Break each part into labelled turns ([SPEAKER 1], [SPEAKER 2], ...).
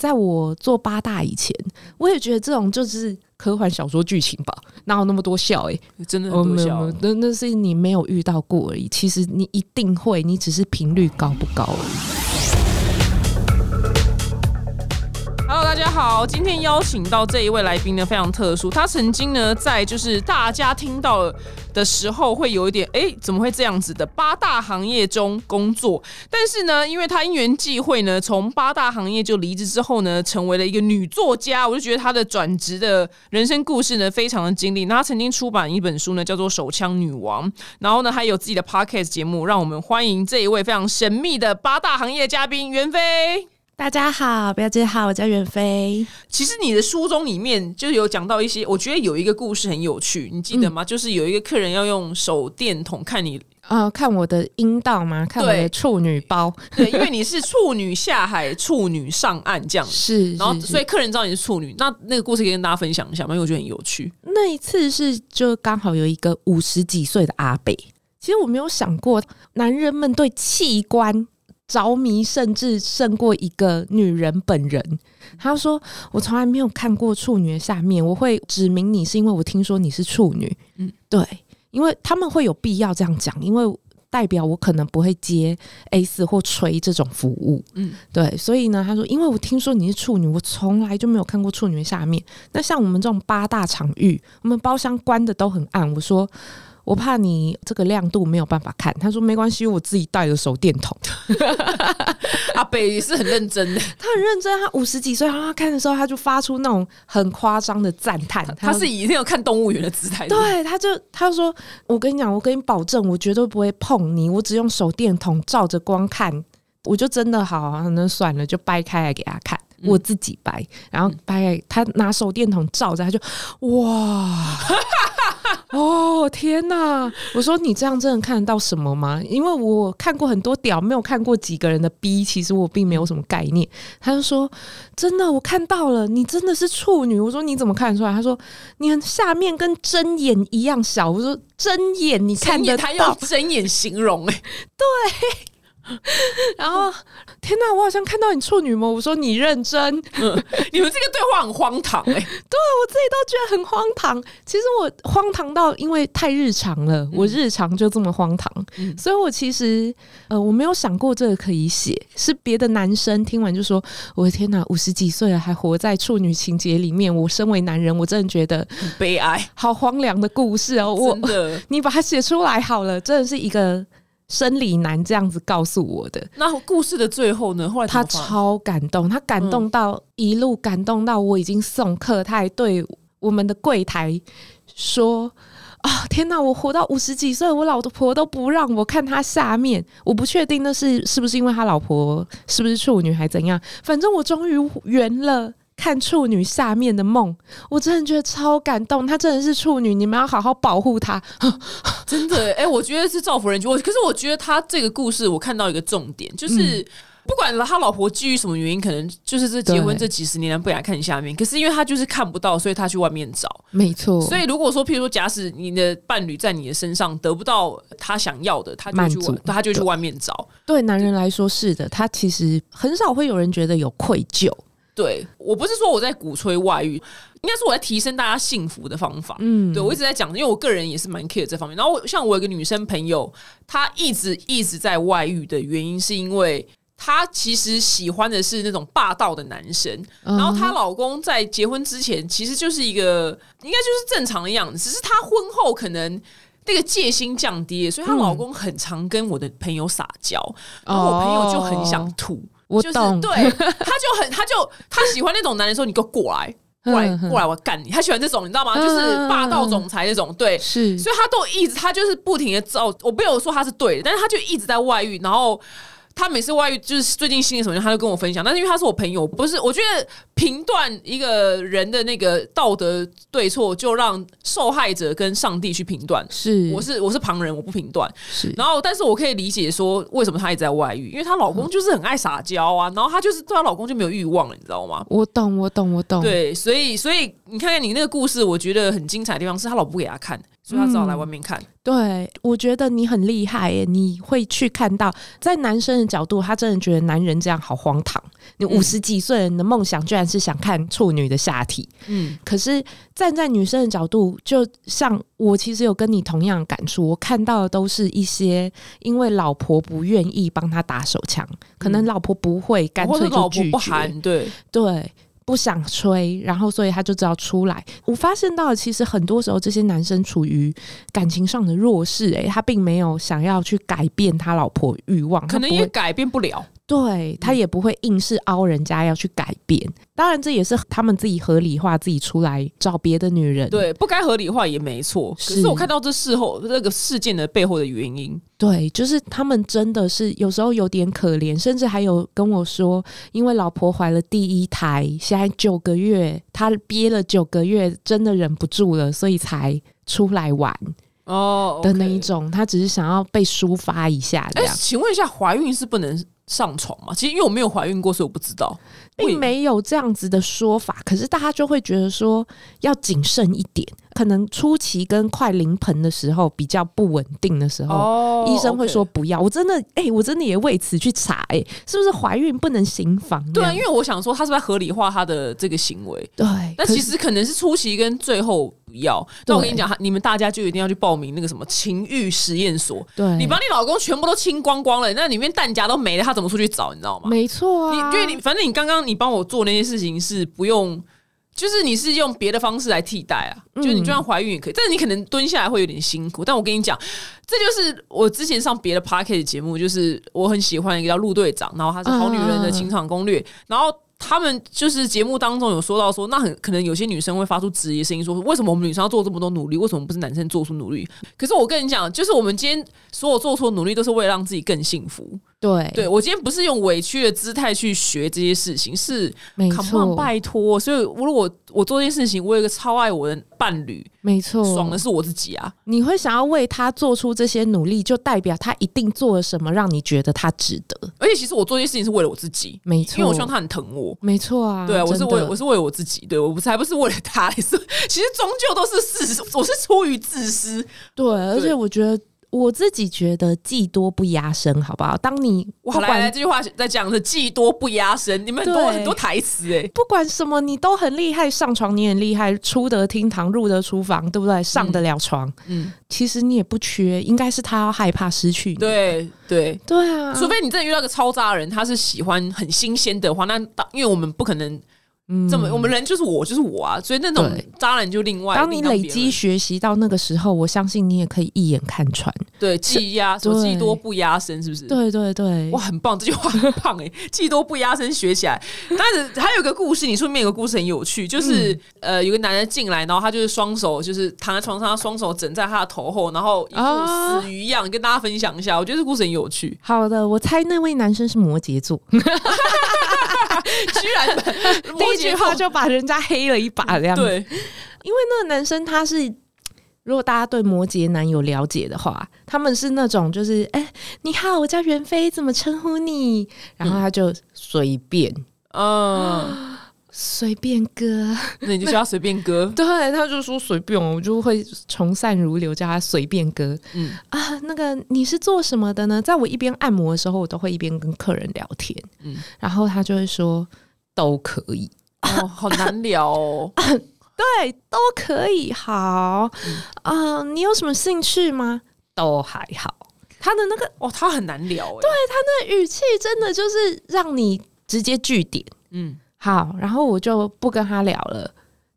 [SPEAKER 1] 在我做八大以前，我也觉得这种就是科幻小说剧情吧，哪有那么多笑、欸？
[SPEAKER 2] 真的
[SPEAKER 1] 哎，
[SPEAKER 2] 很
[SPEAKER 1] 哦，
[SPEAKER 2] 多
[SPEAKER 1] 没有，
[SPEAKER 2] 笑
[SPEAKER 1] 没有，那那是你没有遇到过而已。其实你一定会，你只是频率高不高而已。
[SPEAKER 2] Hello，大家好，今天邀请到这一位来宾呢非常特殊，他曾经呢在就是大家听到的时候会有一点哎、诶怎么会这样子的八大行业中工作，但是呢，因为他因缘际会呢，从八大行业就离职之后呢，成为了一个女作家，我就觉得她的转职的人生故事呢非常的经历。那她曾经出版一本书呢叫做《手枪女王》，然后呢还有自己的 podcast 节目，让我们欢迎这一位非常神秘的八大行业嘉宾袁飞。
[SPEAKER 1] 大家好，表姐好，我叫袁飞。
[SPEAKER 2] 其实你的书中里面就有讲到一些，我觉得有一个故事很有趣，你记得
[SPEAKER 1] 嗯
[SPEAKER 2] 吗？就是有一个客人要用手电筒看 你，
[SPEAKER 1] 呃，看我的阴道吗？看我
[SPEAKER 2] 对哦
[SPEAKER 1] 的处女包
[SPEAKER 2] 对，因为你是处女下海，处女上岸这样子。
[SPEAKER 1] 是，
[SPEAKER 2] 然后，
[SPEAKER 1] 是是
[SPEAKER 2] 所以客人知道你是处女，那那个故事可以跟大家分享一下吗？因为我觉得很有 趣。
[SPEAKER 1] 那一次是就刚好有一个五十几岁的阿伯，其实我没有想过，男人们对器官着迷，甚至胜过一个女人本人。他说：“我从来没有看过处女的下面，我会指明你是因为我听说你是处女。”
[SPEAKER 2] 嗯
[SPEAKER 1] 嗯，对，因为他们会有必要这样讲，因为。代表我可能不会接 A 四或锤这种服务，
[SPEAKER 2] 嗯
[SPEAKER 1] 嗯，对，所以呢，他说，因为我听说你是处女，我从来就没有看过处女的下面，那像我们这种八大场域，我们包厢关的都很暗。我说我怕你这个亮度没有办法看，他说没关系，我自己带了手电筒。
[SPEAKER 2] 阿北也是很认真的，
[SPEAKER 1] 他很认真，他五十几岁，然后他看的时候，他就发出那种很夸张的赞叹。
[SPEAKER 2] 他
[SPEAKER 1] 就是
[SPEAKER 2] 一定要看动物园的姿态。
[SPEAKER 1] 对，他就他就说，我跟你讲，我跟你保证，我绝对不会碰你，我只用手电筒照着光看，我就真的好、啊，那算了，就掰开来给他看，
[SPEAKER 2] 嗯
[SPEAKER 1] 我自己掰，然后掰开，他拿手电筒照着，他就哇。哦天哪！我说你这样真的看得到什么吗？因为我看过很多屌，没有看过几个人的逼，其实我并没有什么概念。他就说：“真的，我看到了，你真的是处女。”我说：“你怎么看得出来？”他说：“你很下面跟针眼一样小。”我说：“针眼你看得到
[SPEAKER 2] 睁眼，他用睁眼形容、哎，？”
[SPEAKER 1] 然后天哪，我好像看到你处女膜。我说：“你认真。”
[SPEAKER 2] 你们这个对话很荒唐、哎，
[SPEAKER 1] 我自己都觉得很荒唐。其实我荒唐到，因为太日常了，我日常就这么荒唐，
[SPEAKER 2] 嗯
[SPEAKER 1] 所以我其实呃，我没有想过这个可以写。是别的男生听完就说：“我的天哪，五十几岁了还活在处女情节里面，我身为男人，我真的觉得
[SPEAKER 2] 很悲哀，
[SPEAKER 1] 好荒凉的故事哦。我
[SPEAKER 2] 真的。
[SPEAKER 1] 你把它写出来好了，真的是一个生理男这样子告诉我的。
[SPEAKER 2] 那故事的最后呢？后来怎
[SPEAKER 1] 他
[SPEAKER 2] 么发展
[SPEAKER 1] 超感动，他感动到、一路感动到我已经送客，他还对我们的柜台说：“啊，天哪！我活到五十几岁，我老婆都不让我看她下面。我不确定那是是不是因为他老婆是不是处女还怎样，反正我终于圆了。”看处女下面的梦，我真的觉得超感动。她真的是处女，你们要好好保护她。
[SPEAKER 2] 真的，哎、我觉得是造福人群。我可是我觉得他这个故事，我看到一个重点，就是、
[SPEAKER 1] 嗯
[SPEAKER 2] 不管他老婆基于什么原因，可能就是这结婚
[SPEAKER 1] 对
[SPEAKER 2] 这几十年来不给他看下面，可是因为他就是看不到，所以他去外面找。
[SPEAKER 1] 没错
[SPEAKER 2] 所以如果说，譬如说，假使你的伴侣在你的身上得不到他想要的，他就
[SPEAKER 1] 满
[SPEAKER 2] 去外
[SPEAKER 1] 足
[SPEAKER 2] 他就去外面找。
[SPEAKER 1] 对男人来说是的，他其实很少会有人觉得有愧疚。
[SPEAKER 2] 对我不是说我在鼓吹外遇，应该是我在提升大家幸福的方法。
[SPEAKER 1] 嗯
[SPEAKER 2] 对我一直在讲，因为我个人也是蛮 care 这方面。然后我像我有一个女生朋友，她一直一直在外遇的原因，是因为她其实喜欢的是那种霸道的男生。
[SPEAKER 1] 嗯
[SPEAKER 2] 然后她老公在结婚之前，其实就是一个应该就是正常的样子，只是她婚后可能。那个戒心降低了，所以她老公很常跟我的朋友撒娇，然后我朋友就很想
[SPEAKER 1] 哦
[SPEAKER 2] 吐，
[SPEAKER 1] 我
[SPEAKER 2] 就是
[SPEAKER 1] 懂，
[SPEAKER 2] 对，他就很，他就他喜欢那种男人说你给我过来， 过来，
[SPEAKER 1] 嗯
[SPEAKER 2] 过来，我干你。他喜欢这种，你知道吗？
[SPEAKER 1] 嗯
[SPEAKER 2] 就是霸道总裁那种，对。
[SPEAKER 1] 是
[SPEAKER 2] 所以他都一直，他就是不停的造，我没有说他是对的，但是他就一直在外遇，然后。他每次外遇就是最近心里什么，他就跟我分享。但是因为他是我朋友，不是我觉得评断一个人的那个道德对错，就让受害者跟上帝去评断。
[SPEAKER 1] 是
[SPEAKER 2] 我是我是旁人，我不评断。
[SPEAKER 1] 是
[SPEAKER 2] 然后，但是我可以理解说为什么她一直在外遇，因为她老公就是很爱撒娇啊，然后她就是对她老公就没有欲望了，你知道吗？
[SPEAKER 1] 我
[SPEAKER 2] 嗯
[SPEAKER 1] 懂，我懂，我懂。
[SPEAKER 2] 对，所以所以你看看你那个故事，我觉得很精彩的地方是她老婆不给她看，所以他只好来外面看。
[SPEAKER 1] 对，我觉得你很厉害耶！你会去看到，在男生的角度，他真的觉得男人这样好荒唐。
[SPEAKER 2] 嗯
[SPEAKER 1] 你五十几岁人的梦想，居然是想看处女的下体。
[SPEAKER 2] 嗯
[SPEAKER 1] 可是站在女生的角度，就像我其实有跟你同样的感触，我看到的都是一些因为老婆不愿意帮他打手枪，可能老婆不会，干
[SPEAKER 2] 嗯或者
[SPEAKER 1] 脆就
[SPEAKER 2] 老婆
[SPEAKER 1] 拒
[SPEAKER 2] 不
[SPEAKER 1] 绝，
[SPEAKER 2] 含，对，
[SPEAKER 1] 对。不想吹，然后所以他就只好出来。我发现到，其实很多时候这些男生处于感情上的弱势、诶，他并没有想要去改变他老婆欲望，他
[SPEAKER 2] 可能
[SPEAKER 1] 不会
[SPEAKER 2] 也改变不了。
[SPEAKER 1] 对他也不会硬是凹人家要去改变。当然，这也是他们自己合理化，自己出来找别的女人。
[SPEAKER 2] 对，不该合理化也没错。可是
[SPEAKER 1] 是
[SPEAKER 2] 我看到这事后，这个事件的背后的原因，
[SPEAKER 1] 对，就是他们真的是有时候有点可怜，甚至还有跟我说，因为老婆怀了第一胎，现在九个月，他憋了九个月，真的忍不住了，所以才出来玩
[SPEAKER 2] 哦
[SPEAKER 1] 的那一。种。他只是想要被抒发一下，这
[SPEAKER 2] 哎、
[SPEAKER 1] 样、
[SPEAKER 2] 请问一下，怀孕是不能上床吗？其实因为我没有怀孕过，所以我不知道。
[SPEAKER 1] 并没有这样子的说法。可是大家就会觉得说要谨慎一点，可能初期跟快临盆的时候比较不稳定的时候，
[SPEAKER 2] 哦
[SPEAKER 1] 医生会说
[SPEAKER 2] OK
[SPEAKER 1] 不要。我真的，哎、我真的也为此去查、哎，是不是怀孕不能行房？这
[SPEAKER 2] 对啊，
[SPEAKER 1] 样
[SPEAKER 2] 因为我想说他是不是在合理化他的这个行为，
[SPEAKER 1] 对，
[SPEAKER 2] 但
[SPEAKER 1] 可
[SPEAKER 2] 其
[SPEAKER 1] 是
[SPEAKER 2] 实可能是初期跟最后不要。那我
[SPEAKER 1] 对
[SPEAKER 2] 跟你讲，你们大家就一定要去报名那个什么情欲实验所。
[SPEAKER 1] 对，
[SPEAKER 2] 你把你老公全部都清光光了，那里面弹夹都没了，他怎么出去找？你知道吗？
[SPEAKER 1] 没错
[SPEAKER 2] 你
[SPEAKER 1] 啊，
[SPEAKER 2] 因为你反正你刚刚你帮我做那些事情是不用，就是你是用别的方式来替代啊，就是你就算怀孕也可以，但是你可能蹲下来会有点辛苦。但我跟你讲，这就是我之前上别的 p a r k e t 节目，就是我很喜欢一个叫陆队长，然后他是《好女人的情场攻略》，然后。他们就是节目当中有说到说，那很可能有些女生会发出质疑的声音，说为什么我们女生要做这么多努力，为什么不是男生做出努力？可是我跟你讲，就是我们今天所有做出的努力，都是为了让自己更幸福。
[SPEAKER 1] 对
[SPEAKER 2] 对我今天不是用委屈的姿态去学这些事情，是
[SPEAKER 1] 没
[SPEAKER 2] come on，
[SPEAKER 1] 错，
[SPEAKER 2] 拜托。所以如果我我做这件事情，我有一个超爱我的伴侣，
[SPEAKER 1] 没错，
[SPEAKER 2] 爽的是我自己啊。
[SPEAKER 1] 你会想要为他做出这些努力，就代表他一定做了什么让你觉得他值得，
[SPEAKER 2] 而且其实我做这些事情是为了我自己，
[SPEAKER 1] 没错，
[SPEAKER 2] 因为我希望他很疼我。
[SPEAKER 1] 没错啊，
[SPEAKER 2] 对啊，我是
[SPEAKER 1] 真
[SPEAKER 2] 为
[SPEAKER 1] 的
[SPEAKER 2] 我是为了我自己，对我不是还不是为了他， 是其实终究都是自私，我是出于自私，
[SPEAKER 1] 对，而且我觉得。我自己觉得技多不压身，好不好？当你不
[SPEAKER 2] 哇，来来，
[SPEAKER 1] 管
[SPEAKER 2] 这句话在讲的技多不压身，你们很多
[SPEAKER 1] 对
[SPEAKER 2] 很多台词哎、
[SPEAKER 1] 不管什么，你都很厉害，上床你很厉害，出得厅堂，入得厨房，对不对？上得了床，
[SPEAKER 2] 嗯，
[SPEAKER 1] 其实你也不缺，应该是他要害怕失去你。
[SPEAKER 2] 对对，
[SPEAKER 1] 对啊，
[SPEAKER 2] 除非你真的遇到一个超渣的人，他是喜欢很新鲜的话，那当因为我们不可能这么，我们人就是我就是我啊，所以那种
[SPEAKER 1] 嗯对
[SPEAKER 2] 渣男就另外。
[SPEAKER 1] 当你
[SPEAKER 2] 另当
[SPEAKER 1] 累
[SPEAKER 2] 别
[SPEAKER 1] 积
[SPEAKER 2] 论
[SPEAKER 1] 学习到那个时候，我相信你也可以一眼看穿。
[SPEAKER 2] 对技压，什么
[SPEAKER 1] 对
[SPEAKER 2] 技多不压身，是不是？。
[SPEAKER 1] 对对对，
[SPEAKER 2] 哇，很棒！这句话很棒哎、 技多不压身，学起来。但是还有一个故事，你书里面有个故事很有趣，就是、
[SPEAKER 1] 嗯
[SPEAKER 2] 呃，有个男人进来，然后他就是双手就是躺在床上，他双手枕在他的头后，然后一副
[SPEAKER 1] 啊
[SPEAKER 2] 死鱼一样，跟大家分享一下。我觉得这故事很 有趣，
[SPEAKER 1] 好的，我猜那位男生是摩羯座，
[SPEAKER 2] 居然
[SPEAKER 1] 第一句话
[SPEAKER 2] 就
[SPEAKER 1] 就把人家黑了一把这样。，
[SPEAKER 2] 对，
[SPEAKER 1] 因为那个男生他是，如果大家对摩羯男有了解的话，他们是那种就是，哎、你好，我叫袁飞，怎么称呼你？然后他就随便
[SPEAKER 2] 嗯，
[SPEAKER 1] 随便哥，
[SPEAKER 2] 那你就叫他随便割。
[SPEAKER 1] 对，他就说随便，我就会从善如流，叫他随便哥。
[SPEAKER 2] 嗯
[SPEAKER 1] 啊，那个你是做什么的呢？在我一边按摩的时候，我都会一边跟客人聊天，
[SPEAKER 2] 嗯，
[SPEAKER 1] 然后他就会说都可以，
[SPEAKER 2] 哦，好难聊哦。
[SPEAKER 1] 对，都可以，好，啊、你有什么兴趣吗？都还好，他的那个
[SPEAKER 2] 哦，他很难聊哎。对，
[SPEAKER 1] 那语气真的就是让你直接据点，
[SPEAKER 2] 嗯，
[SPEAKER 1] 好，然后我就不跟他聊了。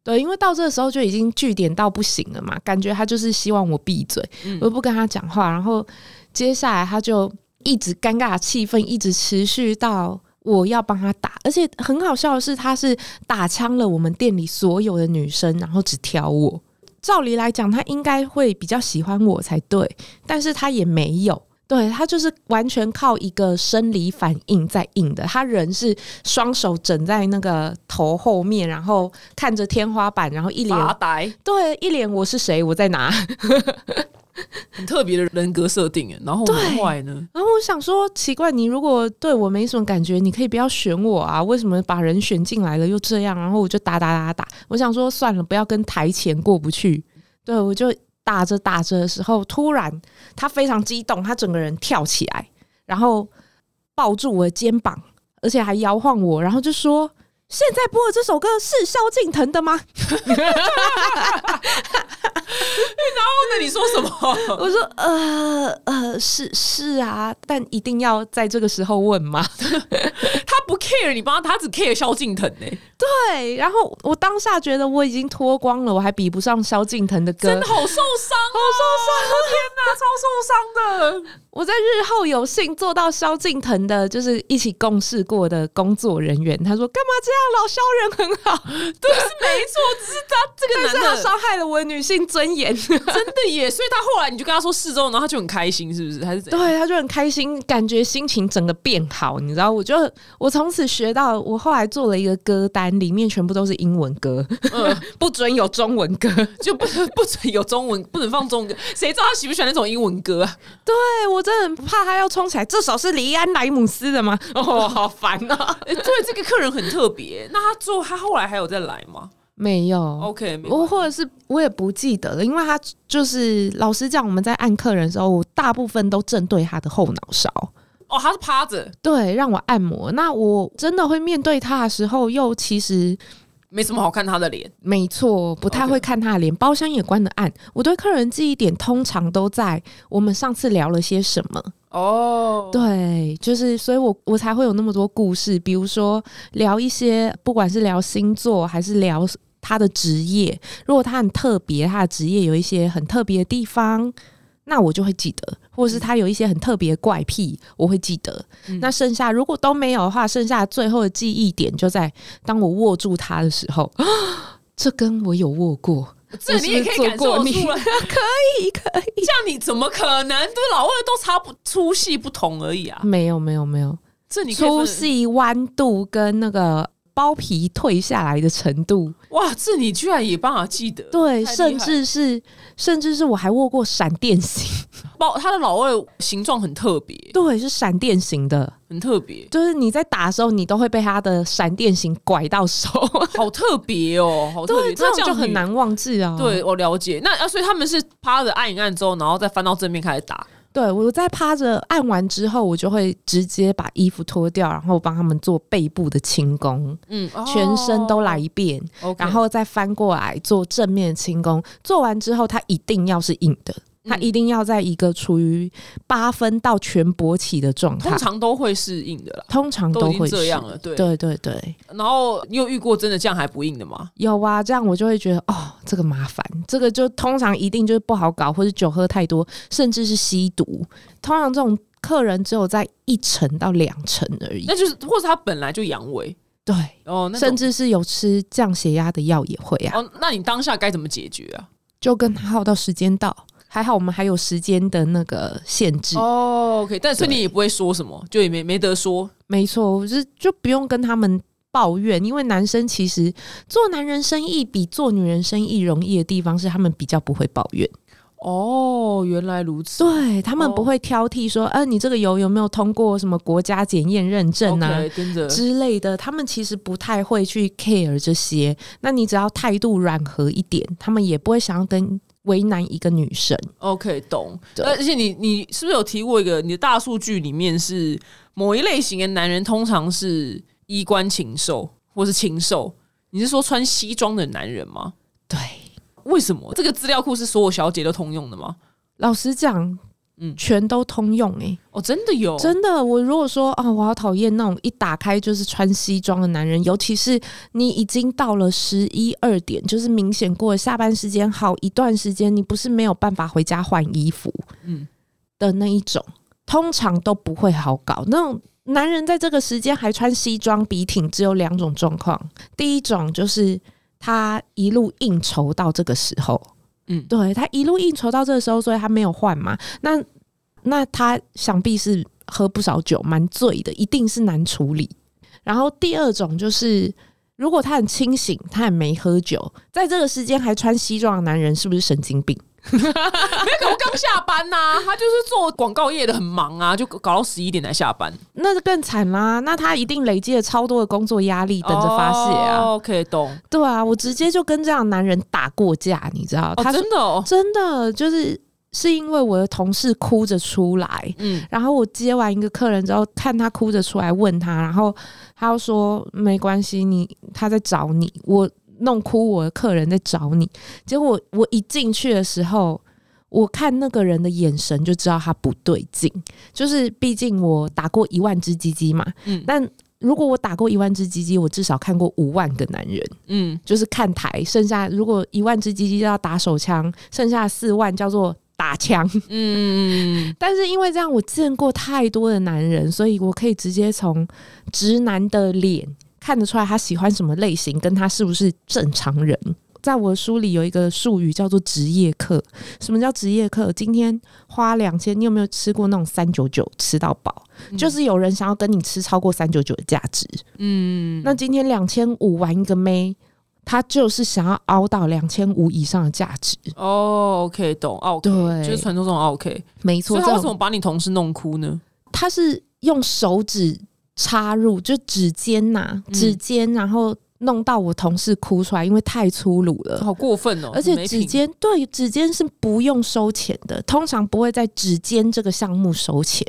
[SPEAKER 1] 对，因为到这个时候就已经据点到不行了嘛，感觉他就是希望我闭嘴，
[SPEAKER 2] 嗯
[SPEAKER 1] 我就不跟他讲话。然后接下来他就一直尴尬的气氛一直持续到我要帮他打，而且很好笑的是，他是打枪了我们店里所有的女生，然后只挑我。照理来讲，他应该会比较喜欢我才对，但是他也没有。对他就是完全靠一个生理反应在硬的，他人是双手枕在那个头后面，然后看着天花板，然后一脸
[SPEAKER 2] 发呆，
[SPEAKER 1] 对一脸我是谁，我在哪？
[SPEAKER 2] 很特别的人格设定哎。然后
[SPEAKER 1] 对
[SPEAKER 2] 后来呢？
[SPEAKER 1] 然后我想说，奇怪，你如果对我没什么感觉，你可以不要选我啊？为什么把人选进来了又这样？然后我就打打打打，我想说算了，不要跟台前过不去。对我就打着打着的时候，突然他非常激动，他整个人跳起来，然后抱住我的肩膀，而且还摇晃我，然后就说：“现在播的这首歌是萧敬腾的吗？”
[SPEAKER 2] 哦那你说什么？
[SPEAKER 1] 我说：“呃呃，是是啊，但一定要在这个时候问吗？”
[SPEAKER 2] 他不 care 你帮他，他只 care 萧敬腾呢、
[SPEAKER 1] 对，然后我当下觉得我已经脱光了，我还比不上萧敬腾的歌，
[SPEAKER 2] 真的好受伤、啊，好受伤！天哪，超受伤的。
[SPEAKER 1] 我在日后有幸做到萧敬腾的，就是一起共事过的工作人员，他说干嘛这样，老萧人很好，
[SPEAKER 2] 对，是没错，只是他 这
[SPEAKER 1] 但
[SPEAKER 2] 个
[SPEAKER 1] 是他
[SPEAKER 2] 男的
[SPEAKER 1] 伤害了我的女性尊严，
[SPEAKER 2] 真的耶，所以他后来你就跟他说是之后，然后他就很开心，是不是？还是怎样？
[SPEAKER 1] 对，他就很开心，感觉心情整个变好，你知道，我就我从此学到，我后来做了一个歌单，里面全部都是英文歌，
[SPEAKER 2] 嗯，
[SPEAKER 1] 不准有中文歌，
[SPEAKER 2] 就不 不准有中文，不能放中文歌，谁知道他喜不喜欢那种英文歌 啊？
[SPEAKER 1] 对哎我真的很怕他要冲起来，这首是黎安莱姆斯的吗？哦，好烦啊，
[SPEAKER 2] 哎、对，这个客人很特别。那他最后他后来还有再来吗
[SPEAKER 1] 没有
[SPEAKER 2] ？OK，没
[SPEAKER 1] 我或者是我也不记得了，因为他就是老实讲，我们在按客人的时候，我大部分都正对他的后脑勺，
[SPEAKER 2] 哦，他是趴着，
[SPEAKER 1] 对，让我按摩。那我真的会面对他的时候，又其实
[SPEAKER 2] 没什么好看他的脸。
[SPEAKER 1] 没错，不太
[SPEAKER 2] OK
[SPEAKER 1] 会看他的脸，包厢也关的暗。我对客人记忆点通常都在我们上次聊了些什么，
[SPEAKER 2] 哦，
[SPEAKER 1] 对，啊就是，所以我我才会有那么多故事，比如说聊一些，不管是聊星座还是聊他的职业，如果他很特别，他的职业有一些很特别的地方，那我就会记得，或者是他有一些很特别的怪癖，我会记得。
[SPEAKER 2] 嗯
[SPEAKER 1] 那剩下如果都没有的话，剩下最后的记忆点就在当我握住他的时候， 这跟我有握过，
[SPEAKER 2] 这你也可以感受
[SPEAKER 1] 我
[SPEAKER 2] 得
[SPEAKER 1] 是不是
[SPEAKER 2] 出
[SPEAKER 1] 做
[SPEAKER 2] 来
[SPEAKER 1] 过。你可以可以，
[SPEAKER 2] 这样你怎么可能？对，老外都差不粗细不同而已啊。
[SPEAKER 1] 没有没有没有。
[SPEAKER 2] 这你可以分
[SPEAKER 1] 粗细弯度跟那个包皮退下来的程度，
[SPEAKER 2] 哇，这你居然也帮他记得，
[SPEAKER 1] 对，
[SPEAKER 2] 太厉害
[SPEAKER 1] 甚至是甚至是我还握过闪电型，
[SPEAKER 2] 包他的老外形状很特别，
[SPEAKER 1] 对，是闪电型的，
[SPEAKER 2] 很特别，
[SPEAKER 1] 就是你在打的时候，你都会被它的闪电型拐到手，
[SPEAKER 2] 好特别哦，好特别。
[SPEAKER 1] 对，这
[SPEAKER 2] 那
[SPEAKER 1] 种就
[SPEAKER 2] 女
[SPEAKER 1] 很。难忘记啊。
[SPEAKER 2] 对，我了解。那啊，所以他们是趴着按一按之后，然后再翻到正面开始打。
[SPEAKER 1] 对，我在趴着按完之后，我就会直接把衣服脱掉，然后帮他们做背部的轻功，
[SPEAKER 2] 嗯，哦
[SPEAKER 1] 全身都来一遍，
[SPEAKER 2] OK
[SPEAKER 1] 然后再翻过来做正面轻功。做完之后，它一定要是硬的，
[SPEAKER 2] 嗯
[SPEAKER 1] 它一定要在一个处于八分到全勃起的状态
[SPEAKER 2] 通，常都会是硬的啦，
[SPEAKER 1] 通常
[SPEAKER 2] 都
[SPEAKER 1] 都
[SPEAKER 2] 已经
[SPEAKER 1] 会
[SPEAKER 2] 这
[SPEAKER 1] 是
[SPEAKER 2] 样了。对。
[SPEAKER 1] 对对对，
[SPEAKER 2] 然后你有遇过真的这样还不硬的吗？
[SPEAKER 1] 有啊，这样我就会觉得哦，这个麻烦，这个就通常一定就是不好搞，或者酒喝太多，甚至是吸毒。通常这种客人只有在一成到两成而已
[SPEAKER 2] 那，就是或者他本来就阳痿
[SPEAKER 1] 对，
[SPEAKER 2] 哦，那种
[SPEAKER 1] 甚至是有吃降血压的药也会啊。
[SPEAKER 2] 哦，那你当下该怎么解决啊？
[SPEAKER 1] 就跟他耗到时间到，还好我们还有时间的那个限制。
[SPEAKER 2] 哦，OK，但所以
[SPEAKER 1] 对
[SPEAKER 2] 你也不会说什么，就也没没得说。
[SPEAKER 1] 没错，我是就不用跟他们抱怨，因为男生其实做男人生意比做女人生意容易的地方是他们比较不会抱怨，
[SPEAKER 2] 哦，原来如此。
[SPEAKER 1] 对他们
[SPEAKER 2] 哦
[SPEAKER 1] 不会挑剔说，呃，你这个油有没有通过什么国家检验认证啊
[SPEAKER 2] OK，跟着
[SPEAKER 1] 之类的，他们其实不太会去 care 这些。那你只要态度软和一点，他们也不会想要跟为难一个女生。
[SPEAKER 2] OK 懂。
[SPEAKER 1] 对
[SPEAKER 2] 而且你你是不是有提过一个，你的大数据里面是某一类型的男人通常是衣冠禽兽或是禽兽？你是说穿西装的男人吗？
[SPEAKER 1] 对，
[SPEAKER 2] 为什么这个资料库是所有小姐都通用的吗？
[SPEAKER 1] 老实讲，
[SPEAKER 2] 嗯
[SPEAKER 1] 嗯，全都通用欸诶、
[SPEAKER 2] 哦，真的有，
[SPEAKER 1] 真的，我如果说哦，我好讨厌那种一打开就是穿西装的男人，尤其是你已经到了十一二点，就是明显过了下班时间好一段时间，你不是没有办法回家换衣服
[SPEAKER 2] 嗯，
[SPEAKER 1] 的那一种，通常都不会好搞。那种男人在这个时间还穿西装笔挺，只有两种状况，第一种就是。他一路应酬到这个时候，
[SPEAKER 2] 嗯
[SPEAKER 1] 对他一路应酬到这个时候，所以他没有换嘛。那那他想必是喝不少酒，蛮醉的，一定是难处理。然后第二种就是，如果他很清醒，他也没喝酒，在这个时间还穿西装的男人，是不是神经病？
[SPEAKER 2] 没有，可我刚下班呐、他就是做广告业的，很忙啊，就搞到十一点才下班，
[SPEAKER 1] 那就更惨啦。那他一定累积了超多的工作压力，等着发泄啊。
[SPEAKER 2] 哦、OK，懂。
[SPEAKER 1] 对啊，我直接就跟这样的男人打过架，你知道？
[SPEAKER 2] 哦，
[SPEAKER 1] 他说
[SPEAKER 2] 真的哦，
[SPEAKER 1] 真的就是是因为我的同事哭着出来，
[SPEAKER 2] 嗯，
[SPEAKER 1] 然后我接完一个客人之后，看他哭着出来，问他，然后他又说没关系，你他在找你，我弄哭我的客人在找你。结果我我一进去的时候，我看那个人的眼神就知道他不对劲，就是毕竟我打过一万只鸡鸡嘛，
[SPEAKER 2] 嗯
[SPEAKER 1] 但。如果我打过一万只鸡鸡，我至少看过五万个男人，
[SPEAKER 2] 嗯，
[SPEAKER 1] 就是看台。剩下如果一万只鸡鸡叫打手枪，剩下四万叫做打枪。
[SPEAKER 2] 嗯嗯，
[SPEAKER 1] 但是因为这样，我见过太多的男人，所以我可以直接从直男的脸看得出来他喜欢什么类型，跟他是不是正常人。在我的书里有一个术语叫做职业课。什么叫职业课？今天花两千，你有没有吃过那种三九九吃到饱？
[SPEAKER 2] 嗯
[SPEAKER 1] 就是有人想要跟你吃超过三九九的价值。
[SPEAKER 2] 嗯，
[SPEAKER 1] 那今天两千五玩一个妹，她就是想要熬到两千五以上的价值。
[SPEAKER 2] 哦，OK，懂，OK，
[SPEAKER 1] 对
[SPEAKER 2] 就是传说中的哦 OK，
[SPEAKER 1] 没错，
[SPEAKER 2] 所以他
[SPEAKER 1] 这
[SPEAKER 2] 为
[SPEAKER 1] 种
[SPEAKER 2] 什么把你同事弄哭呢？
[SPEAKER 1] 他是用手指插入，就指尖呐、
[SPEAKER 2] 嗯
[SPEAKER 1] 指尖，然后弄到我同事哭出来，因为太粗鲁了。
[SPEAKER 2] 好过分哦，
[SPEAKER 1] 而
[SPEAKER 2] 很
[SPEAKER 1] 且
[SPEAKER 2] 没
[SPEAKER 1] 指
[SPEAKER 2] 品，
[SPEAKER 1] 尖对指尖是不用收钱的，通常不会在指尖这个项目收钱。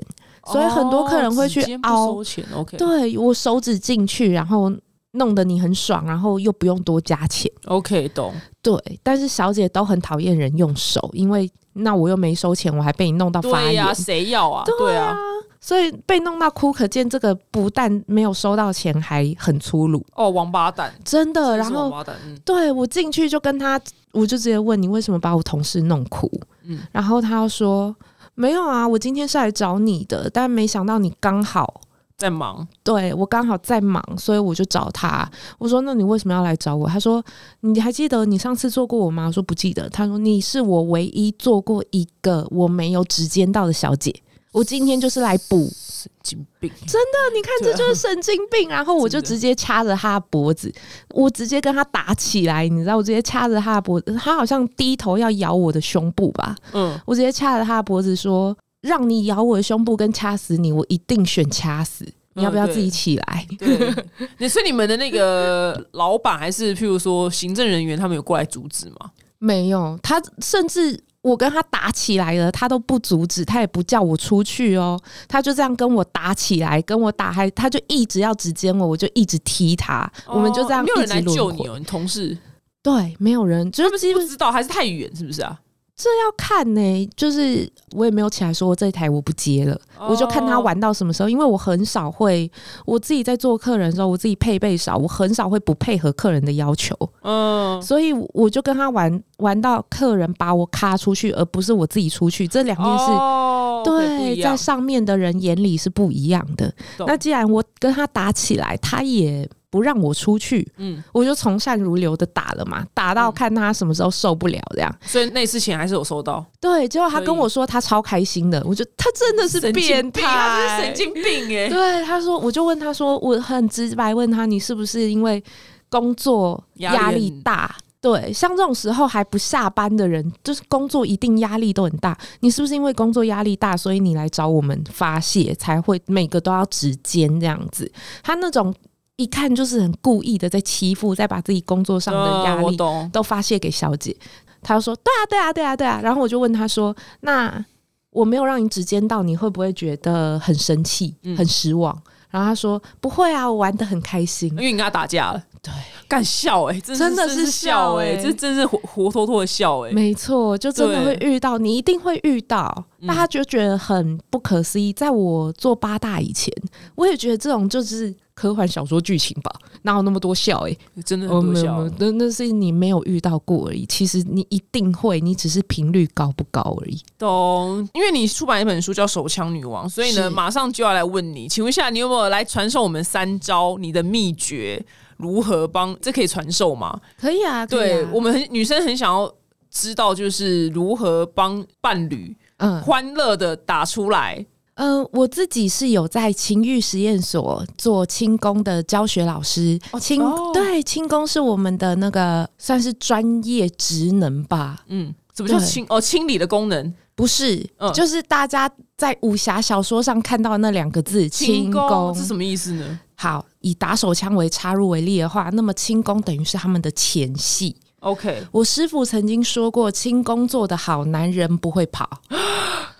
[SPEAKER 1] 所以很多客人会去
[SPEAKER 2] 哦指尖不
[SPEAKER 1] 凹
[SPEAKER 2] 收钱，OK，
[SPEAKER 1] 对我手指进去，然后弄得你很爽，然后又不用多加钱。
[SPEAKER 2] ，OK，懂，
[SPEAKER 1] 对，但是小姐都很讨厌人用手，因为那我又没收钱，我还被你弄到发炎。
[SPEAKER 2] 对呀，谁要啊？对啊，
[SPEAKER 1] 所以被弄到哭，可见这个不但没有收到钱，还很粗鲁，
[SPEAKER 2] 哦，王八蛋，
[SPEAKER 1] 真的。
[SPEAKER 2] 真
[SPEAKER 1] 然
[SPEAKER 2] 是王
[SPEAKER 1] 后
[SPEAKER 2] 八蛋，嗯
[SPEAKER 1] 对我进去就跟他，我就直接问你为什么把我同事弄哭，
[SPEAKER 2] 嗯
[SPEAKER 1] 然后他又说没有啊，我今天是来找你的，但没想到你刚好。
[SPEAKER 2] 在忙，
[SPEAKER 1] 对我刚好在忙，所以我就找他。我说：“那你为什么要来找我？”他说：“你还记得你上次做过我吗？”我说：“不记得。”他说：“你是我唯一做过一个我没有指尖到的小姐，我今天就是来补
[SPEAKER 2] 神经病，
[SPEAKER 1] 你看，这就是神经病。然后我就
[SPEAKER 2] 啊真的
[SPEAKER 1] 直接掐着他的脖子，我直接跟他打起来，你知道，我直接掐着他的脖子，他好像低头要咬我的胸部吧，
[SPEAKER 2] 嗯，
[SPEAKER 1] 我直接掐着他的脖子说：“让你咬我的胸部跟掐死你，我一定选掐死。”你要不要
[SPEAKER 2] 对
[SPEAKER 1] 自己起来？
[SPEAKER 2] 嗯对，那所以你们的那个老板还是譬如说行政人员，他们有过来阻止吗？
[SPEAKER 1] 没有，他甚至我跟他打起来了，他都不阻止，他也不叫我出去哦，他就这样跟我打起来，跟我打还，他就一直要指尖我，我就一直踢他，我们就这样
[SPEAKER 2] 哦没有
[SPEAKER 1] 一
[SPEAKER 2] 人
[SPEAKER 1] 直
[SPEAKER 2] 来
[SPEAKER 1] 轮
[SPEAKER 2] 救
[SPEAKER 1] 回
[SPEAKER 2] 你。哦，你同事
[SPEAKER 1] 对，没有人，就
[SPEAKER 2] 他
[SPEAKER 1] 是
[SPEAKER 2] 们
[SPEAKER 1] 基
[SPEAKER 2] 不
[SPEAKER 1] 本
[SPEAKER 2] 知道，还是太远，是不是啊？
[SPEAKER 1] 要看呢、就是我也没有起来说这一台我不接了，我就看他
[SPEAKER 2] 哦
[SPEAKER 1] 玩到什么时候。因为我很少会，我自己在做客人的时候，我自己配备少，我很少会不配合客人的要求，
[SPEAKER 2] 嗯，
[SPEAKER 1] 所以我就跟他玩玩到客人把我卡出去，而不是我自己出去，这两件事。
[SPEAKER 2] 哦，OK，不
[SPEAKER 1] 对
[SPEAKER 2] 一，
[SPEAKER 1] 在
[SPEAKER 2] 样
[SPEAKER 1] 上面的人眼里是不一样的。
[SPEAKER 2] 懂
[SPEAKER 1] 那既然我跟他打起来，他也不让我出去，
[SPEAKER 2] 嗯，
[SPEAKER 1] 我就从善如流的打了嘛，打到
[SPEAKER 2] 嗯
[SPEAKER 1] 看他什么时候受不了这样。
[SPEAKER 2] 所以那次钱还是有收到，
[SPEAKER 1] 对，结果他
[SPEAKER 2] 所以
[SPEAKER 1] 跟我说他超开心的，我就他真的是
[SPEAKER 2] 神经
[SPEAKER 1] 变态，
[SPEAKER 2] 病他真是神。经病哎，
[SPEAKER 1] 对，他说，我就问他说，我很直白问他，你是不是因为工作
[SPEAKER 2] 压力
[SPEAKER 1] 压力
[SPEAKER 2] 很
[SPEAKER 1] 大？对，像这种时候还不下班的人，就是工作一定压力都很大。你是不是因为工作压力大，所以你来找我们发泄，才会每个都要指尖这样子？他那种一看就是很故意的在欺负，在把自己工作上的压
[SPEAKER 2] 嗯我
[SPEAKER 1] 力
[SPEAKER 2] 懂，
[SPEAKER 1] 都发泄给小姐。她就说：“对啊，对啊，对啊，对啊。”然后我就问她说：“那我没有让你指尖到，你会不会觉得很生气、
[SPEAKER 2] 嗯
[SPEAKER 1] 很失望？”然后她说：“不会啊，我玩的很开心
[SPEAKER 2] 因。为你跟他打架了，
[SPEAKER 1] 对，
[SPEAKER 2] 干笑哎，
[SPEAKER 1] 真
[SPEAKER 2] 的
[SPEAKER 1] 的
[SPEAKER 2] 是
[SPEAKER 1] 是
[SPEAKER 2] 笑
[SPEAKER 1] 笑
[SPEAKER 2] 哎，
[SPEAKER 1] 欸
[SPEAKER 2] 这真是活活脱脱的笑 哎，
[SPEAKER 1] 没错，就真的会遇到，你一定会遇到。
[SPEAKER 2] 嗯
[SPEAKER 1] 那她就觉得很不可思议。在我做八大以前，我也觉得这种就是科幻小说剧情吧，哪有那么多笑、欸？
[SPEAKER 2] 真的
[SPEAKER 1] 哦，
[SPEAKER 2] 嗯很多
[SPEAKER 1] 没有
[SPEAKER 2] 笑
[SPEAKER 1] 没有，，那那是你没有遇到过而已。其实你一定会，你只是频率高不高而已。
[SPEAKER 2] 懂，因为你出版一本书叫《手枪女王》，所以呢，
[SPEAKER 1] 是
[SPEAKER 2] 马上就要来问你，请问一下，你有没有来传授我们三招你的秘诀，如何帮？这可以传授吗？
[SPEAKER 1] 可以啊，可以
[SPEAKER 2] 对
[SPEAKER 1] 啊
[SPEAKER 2] 我们很女生很想要知道，就是如何帮伴侣
[SPEAKER 1] 嗯
[SPEAKER 2] 欢乐的打出来。
[SPEAKER 1] 嗯，我自己是有在情欲实验所做轻功的教学老师。
[SPEAKER 2] 哦
[SPEAKER 1] 轻、
[SPEAKER 2] 哦
[SPEAKER 1] 对轻功是我们的那个算是专业职能吧。
[SPEAKER 2] 嗯，怎么叫
[SPEAKER 1] 对
[SPEAKER 2] 清哦清理的功能？
[SPEAKER 1] 不是，
[SPEAKER 2] 嗯
[SPEAKER 1] 就是大家在武侠小说上看到的那两个字“
[SPEAKER 2] 清
[SPEAKER 1] 轻功
[SPEAKER 2] 是”什么意思呢？
[SPEAKER 1] 好，以打手枪为插入为例的话，那么轻功等于是他们的前戏。
[SPEAKER 2] OK，
[SPEAKER 1] 我师傅曾经说过，轻功做得好，男人不会跑。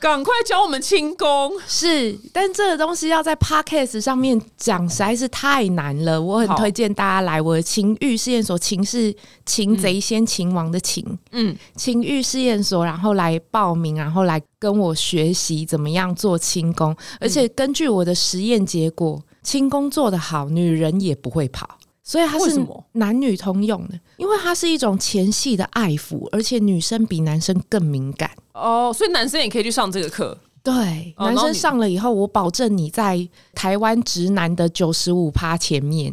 [SPEAKER 2] 赶快教我们轻功。
[SPEAKER 1] 是，但这个东西要在 podcast 上面讲实在是太难了。我很
[SPEAKER 2] 好
[SPEAKER 1] 推荐大家来我的情欲试验所，情是擒贼先擒王的擒，
[SPEAKER 2] 嗯，
[SPEAKER 1] 情欲试验所，然后来报名，然后来跟我学习怎么样做轻功。而且根据我的实验结果，轻功做得好，女人也不会跑。所以它
[SPEAKER 2] 为什
[SPEAKER 1] 是
[SPEAKER 2] 么
[SPEAKER 1] 男女通用的，因为它是一种前戏的爱抚，而且女生比男生更敏感。
[SPEAKER 2] 哦，所以男生也可以去上这个课。
[SPEAKER 1] 对，
[SPEAKER 2] 哦
[SPEAKER 1] 男
[SPEAKER 2] 然后
[SPEAKER 1] 生
[SPEAKER 2] 你
[SPEAKER 1] 上了以后，我保证你在台湾直男的九十五趴前面。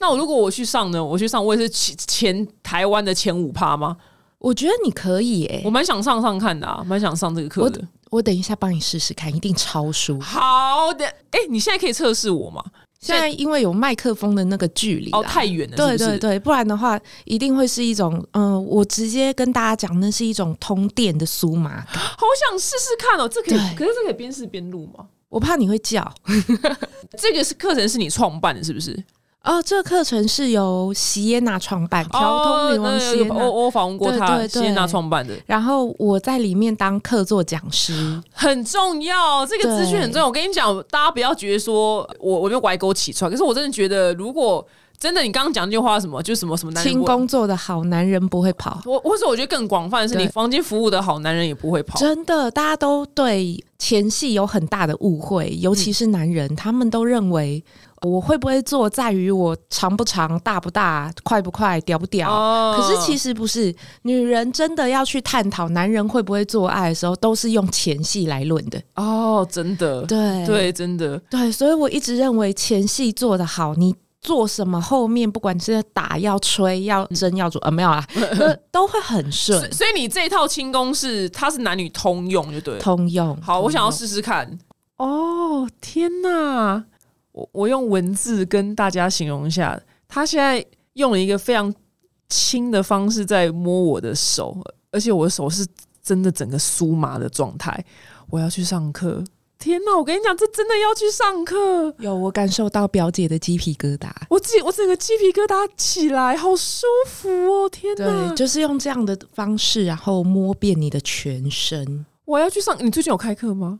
[SPEAKER 2] 那我如果我去上呢？我去上，我也是前前台湾的前五趴吗？
[SPEAKER 1] 我觉得你可以耶、
[SPEAKER 2] 我蛮想上上看的啊，蛮想上这个课
[SPEAKER 1] 我
[SPEAKER 2] 的。
[SPEAKER 1] 我等一下帮你试试看，一定超舒服。
[SPEAKER 2] 好的，哎、你现在可以测试我吗？
[SPEAKER 1] 现在因为有麦克风的那个距离啦
[SPEAKER 2] 哦，太远了，
[SPEAKER 1] 对
[SPEAKER 2] 是不
[SPEAKER 1] 对
[SPEAKER 2] 是
[SPEAKER 1] 对，不然的话一定会是一种，嗯、我直接跟大家讲，那是一种通电的酥麻感，
[SPEAKER 2] 好想试试看哦。这可以，
[SPEAKER 1] 对
[SPEAKER 2] 可是这可以边试边录吗？
[SPEAKER 1] 我怕你会叫。
[SPEAKER 2] 这个是课程是你创办的，是不是？
[SPEAKER 1] 哦，这个课程是由席耶娜创
[SPEAKER 2] 哦
[SPEAKER 1] 办，调通女王席耶
[SPEAKER 2] 哦那个
[SPEAKER 1] 娜，
[SPEAKER 2] 我我访问过
[SPEAKER 1] 啊对
[SPEAKER 2] 他，
[SPEAKER 1] 对对
[SPEAKER 2] 谢娜创办的，
[SPEAKER 1] 然后我在里面当客座讲师。
[SPEAKER 2] 很重要，这个资讯
[SPEAKER 1] 对
[SPEAKER 2] 很重要。我跟你讲，大家不要觉得说我我用拐狗起床，可是我真的觉得，如果真的你刚刚讲那句话什么，就是什么什么男人
[SPEAKER 1] 轻
[SPEAKER 2] 不会，
[SPEAKER 1] 工作的好男人不会跑，
[SPEAKER 2] 我或者我觉得更广泛的是，
[SPEAKER 1] 对
[SPEAKER 2] 你房间服务的好，男人也不会跑。
[SPEAKER 1] 真的，大家都对前戏有很大的误会，尤其是男人，他们都认为呃我会不会做在于我长不长、大不大、快不快、屌不屌。
[SPEAKER 2] 哦
[SPEAKER 1] 可是其实不是，女人真的要去探讨男人会不会做爱的时候，都是用前戏来论的。
[SPEAKER 2] 哦，真的，
[SPEAKER 1] 对
[SPEAKER 2] 对，真的，
[SPEAKER 1] 对，所以我一直认为前戏做得好，你做什么后面不管是打要吹要
[SPEAKER 2] 嗯
[SPEAKER 1] 针要煮，呃没有 啦，都都会很顺
[SPEAKER 2] 所以所以你这一套轻功是它是男女通用，就对了。
[SPEAKER 1] 通用。
[SPEAKER 2] 好，我
[SPEAKER 1] 通
[SPEAKER 2] 想要
[SPEAKER 1] 用
[SPEAKER 2] 试试看。哦，天哪！我我用文字跟大家形容一下，他现在用了一个非常轻的方式在摸我的手，而且我的手是真的整个酥麻的状态。我要去上课。天哪！我跟你讲，这真的要去上课。
[SPEAKER 1] 有，我感受到表姐的鸡皮疙瘩。
[SPEAKER 2] 我自己，我整个鸡皮疙瘩起来，好舒服哦！天哪
[SPEAKER 1] 对，！就是用这样的方式，然后摸遍你的全身。
[SPEAKER 2] 我要去上。你最近有开课吗？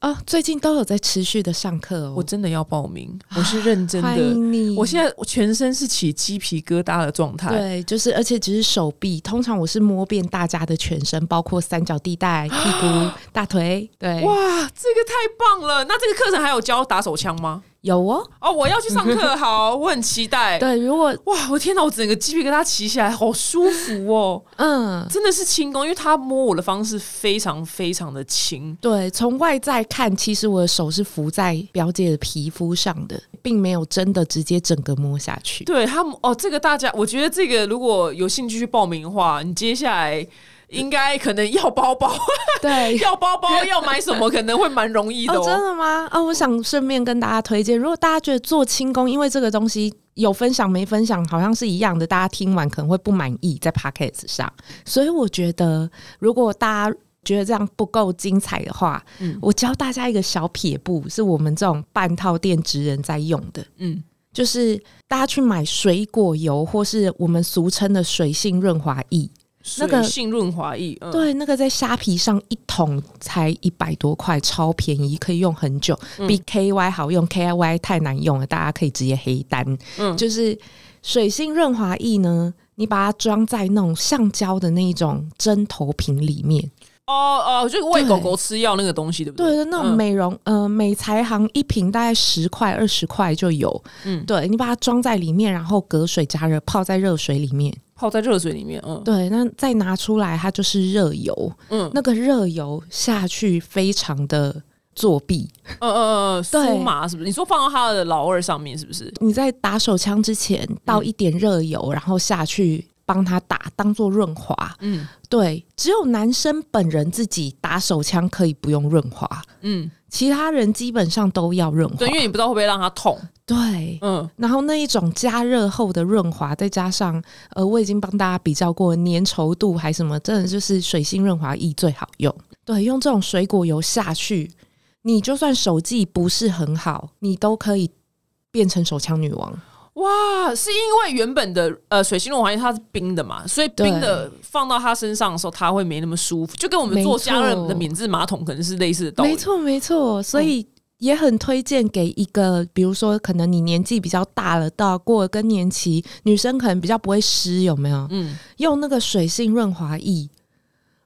[SPEAKER 1] 哦，最近都有在持续的上课哦，
[SPEAKER 2] 我真的要报名，我是认真
[SPEAKER 1] 欢
[SPEAKER 2] 的。
[SPEAKER 1] 迎你。
[SPEAKER 2] 我现在我全身是起鸡皮疙瘩的状态。
[SPEAKER 1] 对，就是而且只是手臂，通常我是摸遍大家的全身，包括三角地带、屁股、 大腿。对，
[SPEAKER 2] 哇，这个太棒了！那这个课程还有教打手枪吗？
[SPEAKER 1] 有哦。
[SPEAKER 2] 哦，我要去上 课，好，我很期待。
[SPEAKER 1] 对，如果
[SPEAKER 2] 哇，我天哪，我整个鸡皮疙瘩起起来，好舒服哦！
[SPEAKER 1] 嗯，
[SPEAKER 2] 真的是轻功，因为他摸我的方式非常非常的轻。
[SPEAKER 1] 对，从外在看，其实我的手是浮在表姐的皮肤上的，并没有真的直接整个摸下去。
[SPEAKER 2] 对他们哦，这个大家，我觉得这个如果有兴趣去报名的话，你接下来应该可能要包包，
[SPEAKER 1] 对，
[SPEAKER 2] 要包包，要买什么，可能会蛮容易的
[SPEAKER 1] 哦，真的吗？啊、我想顺便跟大家推荐，如果大家觉得做轻功，因为这个东西有分享没分享，好像是一样的，大家听完可能会不满意在 p o c k e t 上，所以我觉得如果大家。觉得这样不够精彩的话，
[SPEAKER 2] 嗯
[SPEAKER 1] 我教大家一个小撇步，是我们这种半套店职人在用的，
[SPEAKER 2] 嗯，
[SPEAKER 1] 就是大家去买水果油或是我们俗称的水性润滑液，那个
[SPEAKER 2] 水性润滑液，嗯，
[SPEAKER 1] 对，那个在虾皮上一桶才一百多块，超便宜，可以用很久，
[SPEAKER 2] 嗯
[SPEAKER 1] 比 KY 好用。KY 太难用了，大家可以直接黑单。
[SPEAKER 2] 嗯
[SPEAKER 1] 就是水性润滑液呢，你把它装在那种橡胶的那一种针头瓶里面，
[SPEAKER 2] 哦哦，就是喂狗
[SPEAKER 1] 对
[SPEAKER 2] 狗吃药那个东西，对不对？
[SPEAKER 1] 对那种
[SPEAKER 2] 嗯
[SPEAKER 1] 美容、呃美材行一瓶大概十块二十块就有。
[SPEAKER 2] 嗯
[SPEAKER 1] 对你把它装在里面，然后隔水加热，泡在热水里面。
[SPEAKER 2] 泡在热水里面，嗯
[SPEAKER 1] 对，那再拿出来，它就是热油。
[SPEAKER 2] 嗯
[SPEAKER 1] 那个热油下去非常的作弊。
[SPEAKER 2] 嗯嗯嗯，酥
[SPEAKER 1] 对
[SPEAKER 2] 麻是不是？你说放到他的老二上面是不是？
[SPEAKER 1] 你在打手枪之前倒一点热油，然后下去帮他打，当做润滑。
[SPEAKER 2] 嗯
[SPEAKER 1] 对，只有男生本人自己打手枪可以不用润滑，
[SPEAKER 2] 嗯，
[SPEAKER 1] 其他人基本上都要润滑。
[SPEAKER 2] 对，因为你不知道会不会让他痛，
[SPEAKER 1] 对
[SPEAKER 2] 嗯
[SPEAKER 1] 然后那一种加热后的润滑，再加上呃，我已经帮大家比较过粘稠度还什么，真的就是水性润滑液最好用。对，用这种水果油下去，你就算手技不是很好，你都可以变成手枪女王。
[SPEAKER 2] 哇，是因为原本的呃水性润滑液它是冰的嘛，所以冰的放到他身上的时候，它会没那么舒服，就跟我们做加热的免治马桶可能是类似的道理。
[SPEAKER 1] 没错，没错，所
[SPEAKER 2] 嗯
[SPEAKER 1] 以。也很推荐给一个，比如说，可能你年纪比较大了，到过了更年期，女生可能比较不会湿，有没有？
[SPEAKER 2] 嗯，
[SPEAKER 1] 用那个水性润滑液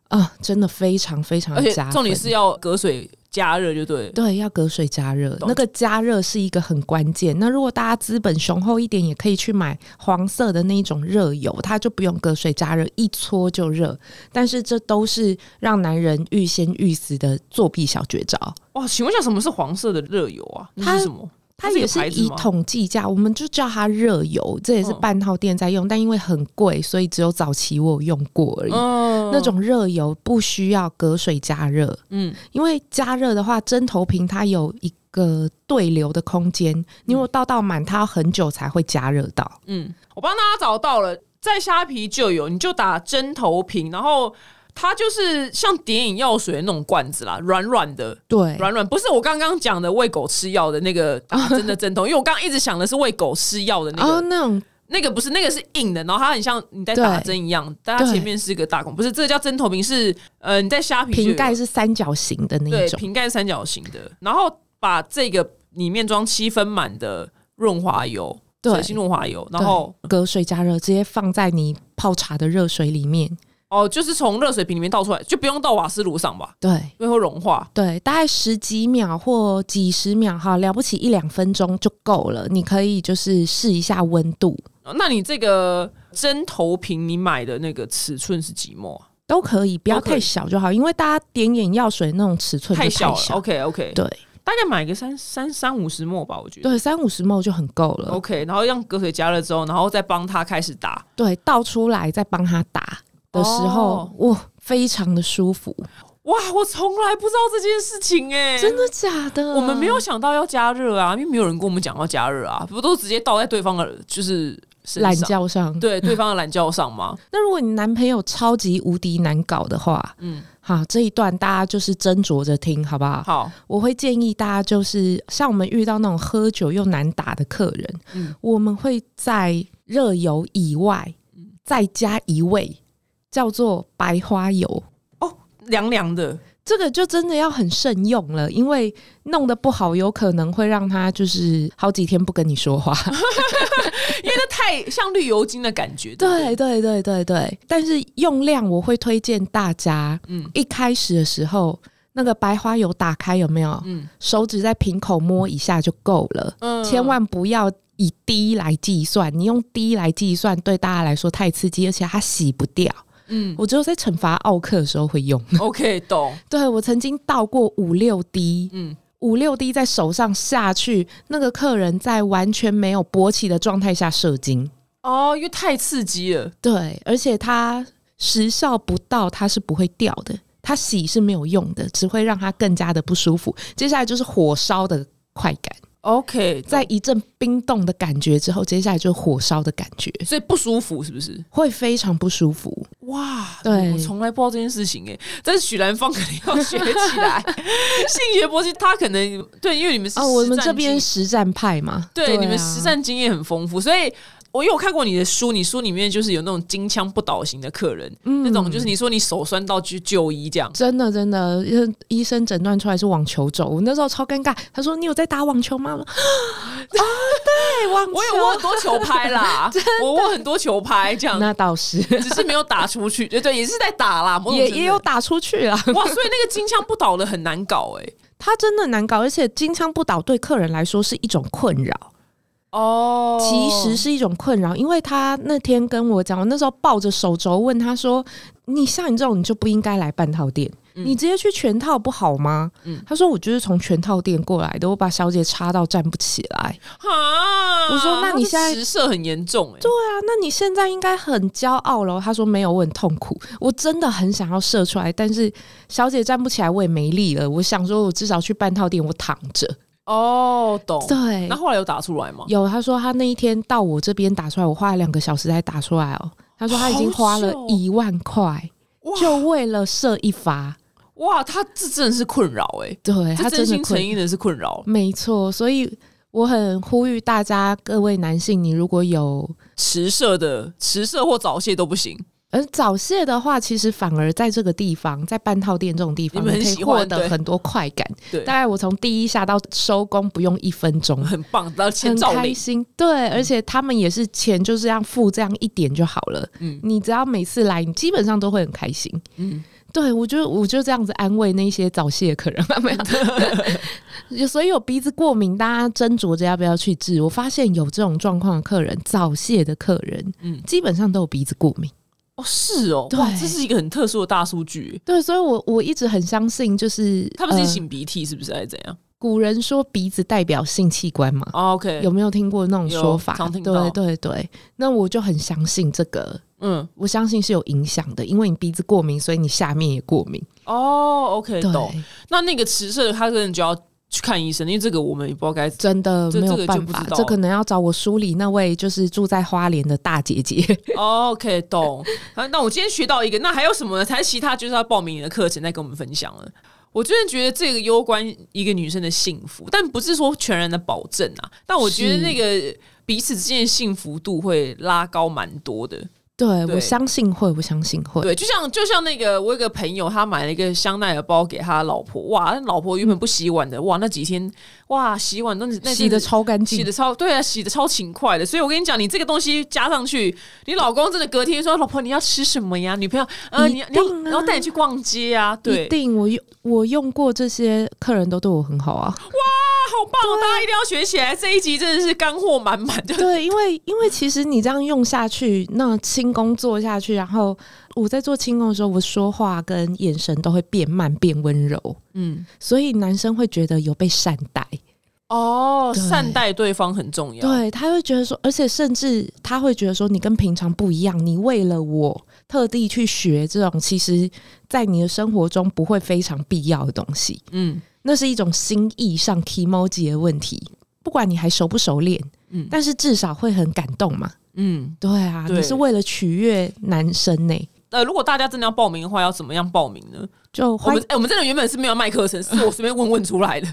[SPEAKER 1] 啊、真的非常非常
[SPEAKER 2] 而且
[SPEAKER 1] 加分。
[SPEAKER 2] 重点是要隔水加热，就对了。
[SPEAKER 1] 对，要隔水加热，
[SPEAKER 2] 懂
[SPEAKER 1] 那个加热是一个很关键。那如果大家资本雄厚一点，也可以去买黄色的那一种热油，它就不用隔水加热，一搓就热。但是这都是让男人欲仙欲死的作弊小绝招。
[SPEAKER 2] 哇，请问一下，什么是黄色的热油啊？那
[SPEAKER 1] 它
[SPEAKER 2] 是什么？
[SPEAKER 1] 它
[SPEAKER 2] 它是
[SPEAKER 1] 也
[SPEAKER 2] 有
[SPEAKER 1] 是
[SPEAKER 2] 牌子
[SPEAKER 1] 以
[SPEAKER 2] 吗
[SPEAKER 1] 统计价，我们就叫它热油，这也是
[SPEAKER 2] 嗯
[SPEAKER 1] 半套店在用，但因为很贵，所以只有早期我有用过而已。
[SPEAKER 2] 嗯
[SPEAKER 1] 那种热油不需要隔水加热，
[SPEAKER 2] 嗯
[SPEAKER 1] 因为加热的话，针头瓶它有一个对流的空间，你如果倒到满，它要很久才会加热到。
[SPEAKER 2] 嗯，我帮大家找到了，在虾皮就有，你就打针头瓶，然后它就是像点眼药水的那种罐子啦，软软的，
[SPEAKER 1] 对，
[SPEAKER 2] 软软，不是我刚刚讲的喂狗吃药的那个打针的针头，因为我刚刚一直想的是喂狗吃药的那个，
[SPEAKER 1] 哦，那种
[SPEAKER 2] 那个不是，那个是硬的，然后它很像你在打针一样，但它
[SPEAKER 1] 对
[SPEAKER 2] 前面是一个大孔，不是这个叫针头瓶，是呃你在虾皮就有
[SPEAKER 1] 瓶盖是三角形的那
[SPEAKER 2] 对
[SPEAKER 1] 一种，
[SPEAKER 2] 瓶盖三角形的，然后把这个里面装七分满的润滑油，
[SPEAKER 1] 对
[SPEAKER 2] 水性润滑油，然
[SPEAKER 1] 对
[SPEAKER 2] 后
[SPEAKER 1] 隔水加热，直接放在你泡茶的热水里面。
[SPEAKER 2] 哦就是从热水瓶里面倒出来，就不用到瓦斯炉上吧，
[SPEAKER 1] 对
[SPEAKER 2] 因为会融化。
[SPEAKER 1] 对，大概十几秒或几十秒哈，了不起一两分钟就够了。你可以就是试一下温度，
[SPEAKER 2] 哦那你这个针头瓶你买的那个尺寸是几模啊、
[SPEAKER 1] 都可以，不要
[SPEAKER 2] 都可以
[SPEAKER 1] 太小就好，因为大家点眼药水那种尺寸就
[SPEAKER 2] 太
[SPEAKER 1] 小
[SPEAKER 2] 小了。OK OK，
[SPEAKER 1] 对
[SPEAKER 2] 大概买个三三三五十末吧，我觉得。
[SPEAKER 1] 对，三五十 ml 就很够了。
[SPEAKER 2] OK，然后让隔水加热之后，然后再帮它开始打。
[SPEAKER 1] 对，倒出来再帮他打的时候
[SPEAKER 2] 哦，
[SPEAKER 1] 哇，非常的舒服，
[SPEAKER 2] 哇，我从来不知道这件事情哎、
[SPEAKER 1] 真的假的？
[SPEAKER 2] 我们没有想到要加热啊，因为没有人跟我们讲要加热啊，不都直接倒在对方的，就是身
[SPEAKER 1] 懒
[SPEAKER 2] 上，
[SPEAKER 1] 觉上。
[SPEAKER 2] 对对方的懒觉上 吗？
[SPEAKER 1] 那如果你男朋友超级无敌难搞的话，
[SPEAKER 2] 嗯
[SPEAKER 1] 嗯，好，这一段大家就是斟酌着听，好不好？
[SPEAKER 2] 好，
[SPEAKER 1] 我会建议大家，就是像我们遇到那种喝酒又难打的客人，
[SPEAKER 2] 嗯
[SPEAKER 1] 我们会在热油以外
[SPEAKER 2] 嗯
[SPEAKER 1] 再加一味，叫做白花油。
[SPEAKER 2] 哦凉凉的，
[SPEAKER 1] 这个就真的要很慎用了，因为弄得不好，有可能会让他就是好几天不跟你说 话。
[SPEAKER 2] 因为那太像绿油精的感觉。不
[SPEAKER 1] 对，对对对对，但是用量我会推荐大家，
[SPEAKER 2] 嗯
[SPEAKER 1] 一开始的时候那个白花油打开有没有？
[SPEAKER 2] 嗯
[SPEAKER 1] 手指在瓶口摸一下就够了，
[SPEAKER 2] 嗯
[SPEAKER 1] 千万不要以滴来计算。你用滴来计算，对大家来说太刺激，而且它洗不掉。
[SPEAKER 2] 嗯
[SPEAKER 1] 我只有在惩罚奥克的时候会 用。
[SPEAKER 2] ，OK，懂，
[SPEAKER 1] 对我曾经倒过五六滴，
[SPEAKER 2] 嗯，
[SPEAKER 1] 五六滴在手上下去，那个客人在完全没有勃起的状态下射精，
[SPEAKER 2] 哦，因为太刺激了，
[SPEAKER 1] 对，而且它时效不到，它是不会掉的，它洗是没有用的，只会让它更加的不舒服。接下来就是火烧的快感，
[SPEAKER 2] OK，
[SPEAKER 1] 在一阵冰冻的感觉之后，接下来就是火烧的感觉，
[SPEAKER 2] 所以不舒服是不是？
[SPEAKER 1] 会非常不舒服。
[SPEAKER 2] 哇，
[SPEAKER 1] 对
[SPEAKER 2] 我从来不知道这件事情哎、但是许兰芳肯定要学起 来。性学博士他可能对，因为你们是
[SPEAKER 1] 哦，我
[SPEAKER 2] 实
[SPEAKER 1] 们
[SPEAKER 2] 战
[SPEAKER 1] 这边
[SPEAKER 2] 经
[SPEAKER 1] 实战派嘛，
[SPEAKER 2] 对
[SPEAKER 1] 啊
[SPEAKER 2] 你们实战经验很丰富，所以。我因为我看过你的书，你书里面就是有那种金枪不倒型的客人，
[SPEAKER 1] 嗯
[SPEAKER 2] 那种就是你说你手酸到去就医 这样，
[SPEAKER 1] 真的真的，因为医生诊断出来是网球肘，我那时候超尴尬。他说：“你有在打网球吗？”我说：“ 啊，对，网球。”
[SPEAKER 2] 我有握很多球 拍啦，我握很多球拍这样，
[SPEAKER 1] 那倒是，
[SPEAKER 2] 只是没有打出去，对对，也是在打啦，某种
[SPEAKER 1] 也
[SPEAKER 2] 程度
[SPEAKER 1] 也有打出去啊啦。
[SPEAKER 2] 哇，所以那个金枪不倒的很难搞哎、
[SPEAKER 1] 他真的难搞，而且金枪不倒对客人来说是一种困扰。
[SPEAKER 2] 哦，
[SPEAKER 1] 其实是一种困扰，因为他那天跟我讲，我那时候抱着手肘问他说：“你像你这种，你就不应该来半套店，
[SPEAKER 2] 嗯
[SPEAKER 1] 你直接去全套不好吗？”
[SPEAKER 2] 嗯
[SPEAKER 1] 他说：“我就是从全套店过来的，我把小姐插到站不起来。
[SPEAKER 2] 啊，
[SPEAKER 1] 我说那你现在
[SPEAKER 2] 实射很严重哎、欸，
[SPEAKER 1] 对啊，那你现在应该很骄傲咯。他说：“没有，我很痛苦，我真的很想要射出来，但是小姐站不起来，我也没力了。我想说，我至少去半套店，我躺着。
[SPEAKER 2] 哦，懂。
[SPEAKER 1] 对
[SPEAKER 2] 那，后来有打出来吗？
[SPEAKER 1] 有，他说他那一天到我这边打出来，我花了两个小时才打出来哦。他说他已经花了
[SPEAKER 2] 好久哦
[SPEAKER 1] 一万块，
[SPEAKER 2] 哇
[SPEAKER 1] 就为了射一发。
[SPEAKER 2] 哇，他这真的是困扰哎、
[SPEAKER 1] 对他
[SPEAKER 2] 这
[SPEAKER 1] 真的
[SPEAKER 2] 真心诚
[SPEAKER 1] 困，嗯
[SPEAKER 2] 意的是困扰，
[SPEAKER 1] 没错。所以我很呼吁大家，各位男性，你如果有
[SPEAKER 2] 迟射的迟射或早泄都不行。
[SPEAKER 1] 而呃早泄的话，其实反而在这个地方，在半套店这种地方，
[SPEAKER 2] 你们很
[SPEAKER 1] 可以
[SPEAKER 2] 喜欢
[SPEAKER 1] 获得
[SPEAKER 2] 对
[SPEAKER 1] 很多快感。
[SPEAKER 2] 对。
[SPEAKER 1] 大，概我从第一下到收工不用一分钟
[SPEAKER 2] 很棒，然后千
[SPEAKER 1] 很
[SPEAKER 2] 兆
[SPEAKER 1] 开
[SPEAKER 2] 领，嗯
[SPEAKER 1] 心，对，而且他们也是钱就这样付这样一点就好了。
[SPEAKER 2] 嗯
[SPEAKER 1] 你只要每次来，你基本上都会很开心。
[SPEAKER 2] 嗯，
[SPEAKER 1] 对我就我就这样子安慰那些早泄的客人，没 有。所以有鼻子过敏，大家斟酌着要不要去治。我发现有这种状况的客人，早泄的客人，
[SPEAKER 2] 嗯
[SPEAKER 1] 基本上都有鼻子过敏。
[SPEAKER 2] 哦，是哦，哇，
[SPEAKER 1] 对
[SPEAKER 2] 这是一个很特殊的大数据。欸
[SPEAKER 1] 对，所以我我一直很相信，就是
[SPEAKER 2] 他们是
[SPEAKER 1] 呃
[SPEAKER 2] 擤鼻涕，是不是还是怎样、
[SPEAKER 1] 古人说鼻子代表性器官嘛，
[SPEAKER 2] 哦 o k
[SPEAKER 1] 有没有听过那种
[SPEAKER 2] 有
[SPEAKER 1] 说法？
[SPEAKER 2] 常听到
[SPEAKER 1] 对对对，那我就很相信这个，
[SPEAKER 2] 嗯，
[SPEAKER 1] 我相信是有影响的，因为你鼻子过敏，所以你下面也过敏。
[SPEAKER 2] 哦，OK，懂。
[SPEAKER 1] 对，
[SPEAKER 2] 那那个迟射，他可能就要去看医生，因为这个我们也不知道该。
[SPEAKER 1] 真的
[SPEAKER 2] 这
[SPEAKER 1] 没有
[SPEAKER 2] 这个就
[SPEAKER 1] 办
[SPEAKER 2] 不
[SPEAKER 1] 法
[SPEAKER 2] 知，道
[SPEAKER 1] 这可能要找我梳理那位就是住在花莲的大姐姐。
[SPEAKER 2] 哦 OK，懂。啊那我今天学到一个，那还有什么呢？才其他就是要报名你的课程再跟我们分享了。我真的觉得这个攸关一个女生的幸福，但不是说全然的保证啊。但我觉得
[SPEAKER 1] 是
[SPEAKER 2] 那个彼此之间的幸福度会拉高蛮多的。
[SPEAKER 1] 对
[SPEAKER 2] 对
[SPEAKER 1] 我相信会，我相信会。
[SPEAKER 2] 对，就像就像那个，我有个朋友，他买了一个香奈儿包给他老婆，哇，那老婆原本不洗碗的，哇，那几天哇洗碗那那阵子
[SPEAKER 1] 洗的超干
[SPEAKER 2] 洗
[SPEAKER 1] 净
[SPEAKER 2] 的，超对啊，洗的超勤快的，所以我跟你讲，你这个东西加上去，你老公真的隔天说，老婆你要吃什么呀？女朋友，呃，
[SPEAKER 1] 一
[SPEAKER 2] 你要你要
[SPEAKER 1] 定啊
[SPEAKER 2] 然后带你去逛街啊，对，
[SPEAKER 1] 一定我用我用过这些客人都对我很好啊。
[SPEAKER 2] 啊，好棒哦，大家一定要学起来，这一集真的是干货满满的，
[SPEAKER 1] 对，因为因为其实你这样用下去，那轻功做下去，然后我在做轻功的时候，我说话跟眼神都会变慢、变温柔，
[SPEAKER 2] 嗯，
[SPEAKER 1] 所以男生会觉得有被善待，
[SPEAKER 2] 哦，
[SPEAKER 1] 对
[SPEAKER 2] 善待对方很重要，
[SPEAKER 1] 对他会觉得说，而且甚至他会觉得说，你跟平常不一样，你为了我特地去学这种，其实在你的生活中不会非常必要的东西，
[SPEAKER 2] 嗯，
[SPEAKER 1] 那是一种心意上 emoji 的问题。不管你还熟不熟练，
[SPEAKER 2] 嗯
[SPEAKER 1] 但是至少会很感动嘛。
[SPEAKER 2] 嗯，
[SPEAKER 1] 对啊，
[SPEAKER 2] 对
[SPEAKER 1] 你是为了取悦男生呢、
[SPEAKER 2] 呃，如果大家真的要报名的话，要怎么样报名呢？
[SPEAKER 1] 就
[SPEAKER 2] 我
[SPEAKER 1] 欢
[SPEAKER 2] 们哎、我们真的原本是没有卖课程，是我随便问问出来的。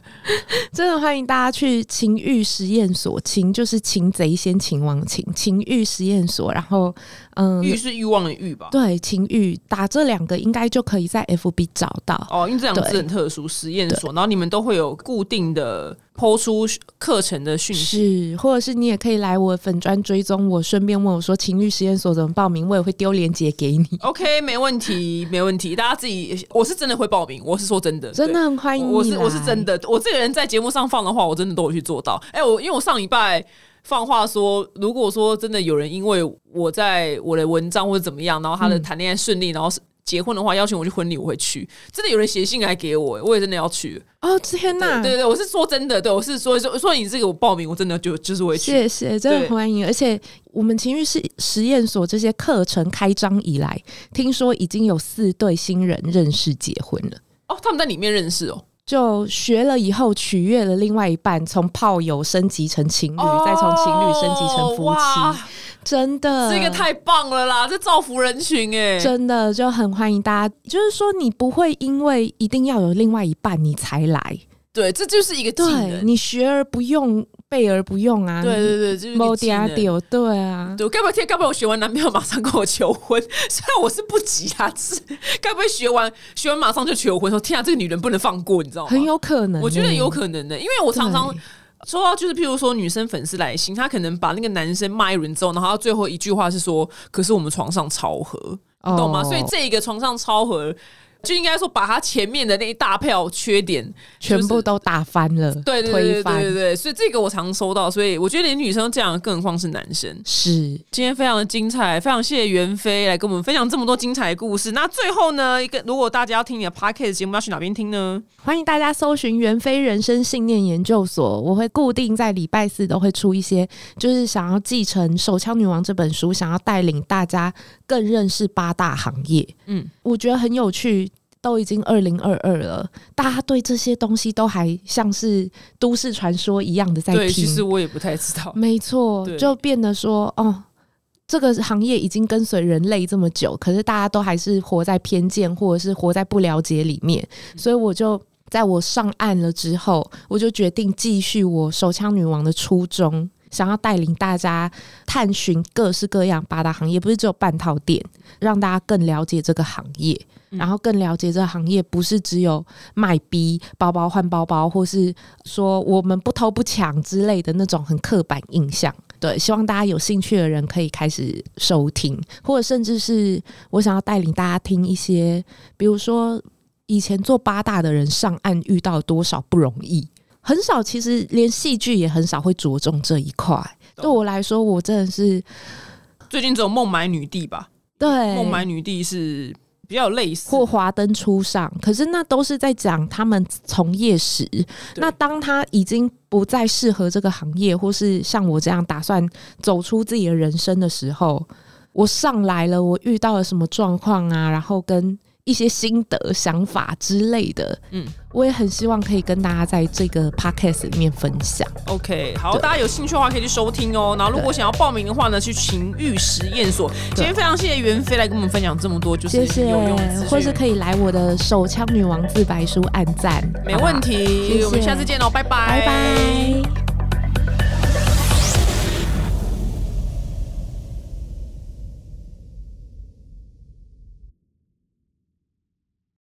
[SPEAKER 1] 真的欢迎大家去情欲实验所，情就是擒贼先擒王擒，情欲实验所，然后嗯，
[SPEAKER 2] 欲是欲望的欲吧？
[SPEAKER 1] 对情欲打这两个应该就可以在 FB 找到。
[SPEAKER 2] 哦，因为这两个字
[SPEAKER 1] 对
[SPEAKER 2] 很特殊，实验所，然后你们都会有固定的抛出课程的讯息。
[SPEAKER 1] 是，或者是你也可以来我粉专追踪我，顺便问我说情欲实验所怎么报名，我也会丢链接给你。
[SPEAKER 2] OK，没问题，没问题。大家自己，我是真的会报名，我是说真的，
[SPEAKER 1] 真的
[SPEAKER 2] 对。
[SPEAKER 1] 很欢迎你
[SPEAKER 2] 我是我是真
[SPEAKER 1] 的，
[SPEAKER 2] 的，我这个人在节目上放的话，我真的都有去做到。哎、我因为我上礼拜放话说，如果说真的有人因为我在我的文章或者怎么样，然后他的谈恋爱顺利，然后是结婚的话邀请我去婚礼，我会去。真的有人写信来给我、哎我也真的要去。
[SPEAKER 1] 哦，天哪！
[SPEAKER 2] 对对对，我是说真的，对我是说说说你这个我报名，我真的就就是会去。
[SPEAKER 1] 谢谢，真的很欢迎。而且我们情欲实实验所这些课程开张以来，听说已经有四对新人认识结婚了。
[SPEAKER 2] 哦，他们在里面认识哦，
[SPEAKER 1] 就学了以后，取悦了另外一半，从炮友升级成情侣，
[SPEAKER 2] 哦
[SPEAKER 1] 再从情侣升级成夫妻，
[SPEAKER 2] 妻，
[SPEAKER 1] 真的，
[SPEAKER 2] 这个太棒了啦，这造福人群哎、
[SPEAKER 1] 嗯真的就很欢迎大家。就是说，你不会因为一定要有另外一半你才来，
[SPEAKER 2] 对，这就是一个技
[SPEAKER 1] 对
[SPEAKER 2] 能，
[SPEAKER 1] 你学而不用，备而不用啊，
[SPEAKER 2] 对对对，就是一
[SPEAKER 1] 某
[SPEAKER 2] 个技
[SPEAKER 1] 嗲
[SPEAKER 2] 能。
[SPEAKER 1] 丢，对啊，
[SPEAKER 2] 对，该不会天，该不会我学完男朋友马上跟我求婚？ 虽然我是不急啊，是 该不会学完学完马上就求婚？说天啊，这个女人不能放过，你知道吗？
[SPEAKER 1] 很有可能欸、
[SPEAKER 2] 我觉得有可能的、因为我常常
[SPEAKER 1] 对
[SPEAKER 2] 说到就是，譬如说女生粉丝来信，她可能把那个男生骂一轮之后，然后她最后一句话是说：“可是我们床上超合，你懂吗？”
[SPEAKER 1] 哦
[SPEAKER 2] 所以这一个床上超合。就应该说把他前面的那一大票缺点
[SPEAKER 1] 全
[SPEAKER 2] 就是
[SPEAKER 1] 部都打翻了，
[SPEAKER 2] 对对对对
[SPEAKER 1] 推
[SPEAKER 2] 对对
[SPEAKER 1] 翻
[SPEAKER 2] 对，所以这个我常收到，所以我觉得连女生都这样，更何况是男生。
[SPEAKER 1] 是
[SPEAKER 2] 今天非常的精彩，非常谢谢袁飞来跟我们分享这么多精彩的故事。那最后呢，一个如果大家要听你的 podcast 节目，要去哪边听呢？
[SPEAKER 1] 欢迎大家搜寻袁飞人生信念研究所，我会固定在礼拜四都会出一些，就是想要继承《手枪女王》这本书，想要带领大家更认识八大行业。
[SPEAKER 2] 嗯
[SPEAKER 1] 嗯，我觉得很有趣。都已经二零二二了，大家对这些东西都还像是都市传说一样的在
[SPEAKER 2] 对，
[SPEAKER 1] 听。
[SPEAKER 2] 其实我也不太 知道。
[SPEAKER 1] 没错
[SPEAKER 2] 对，
[SPEAKER 1] 就变得说，哦，这个行业已经跟随人类这么久，可是大家都还是活在偏见或者是活在不了解里面，
[SPEAKER 2] 嗯
[SPEAKER 1] 所以我就。在我上岸了之后，我就决定继续我手枪女王的初衷，想要带领大家探寻各式各样八大行业，不是只有半套店，让大家更了解这个行业，
[SPEAKER 2] 嗯
[SPEAKER 1] 然后更了解这个行业不是只有卖逼、包包换包包，或是说我们不偷不抢之类的那种很刻板印象。对，希望大家有兴趣的人可以开始收听，或者甚至是我想要带领大家听一些，比如说以前做八大的人上岸遇到多少不容易，很少，其实连戏剧也很少会着重这一块。
[SPEAKER 2] 懂
[SPEAKER 1] 对我来说，我真的是
[SPEAKER 2] 最近只有孟买女帝吧，
[SPEAKER 1] 对
[SPEAKER 2] 孟买女帝是比较有类似
[SPEAKER 1] 或华灯初上，可是那都是在讲他们从业时。那当他已经不再适合这个行业，或是像我这样打算走出自己的人生的时候，我上来了，我遇到了什么状况啊？然后跟一些心得、想法之类的，
[SPEAKER 2] 嗯
[SPEAKER 1] 嗯，我也很希望可以跟大家在这个 podcast 里面分享。
[SPEAKER 2] OK，好，
[SPEAKER 1] 对
[SPEAKER 2] 大家有兴趣的话可以去收听哦。然后如果想要报名的话呢，去情欲实验所。今天非常谢谢袁飞来跟我们分享这么多，就
[SPEAKER 1] 谢
[SPEAKER 2] 是
[SPEAKER 1] 谢
[SPEAKER 2] 有用的资，讯
[SPEAKER 1] 或是可以来我的手枪女王自白书按赞，
[SPEAKER 2] 没
[SPEAKER 1] 好不好
[SPEAKER 2] 问，题，
[SPEAKER 1] 谢谢
[SPEAKER 2] 我们下次见哦，拜
[SPEAKER 1] 拜
[SPEAKER 2] 拜，
[SPEAKER 1] 拜。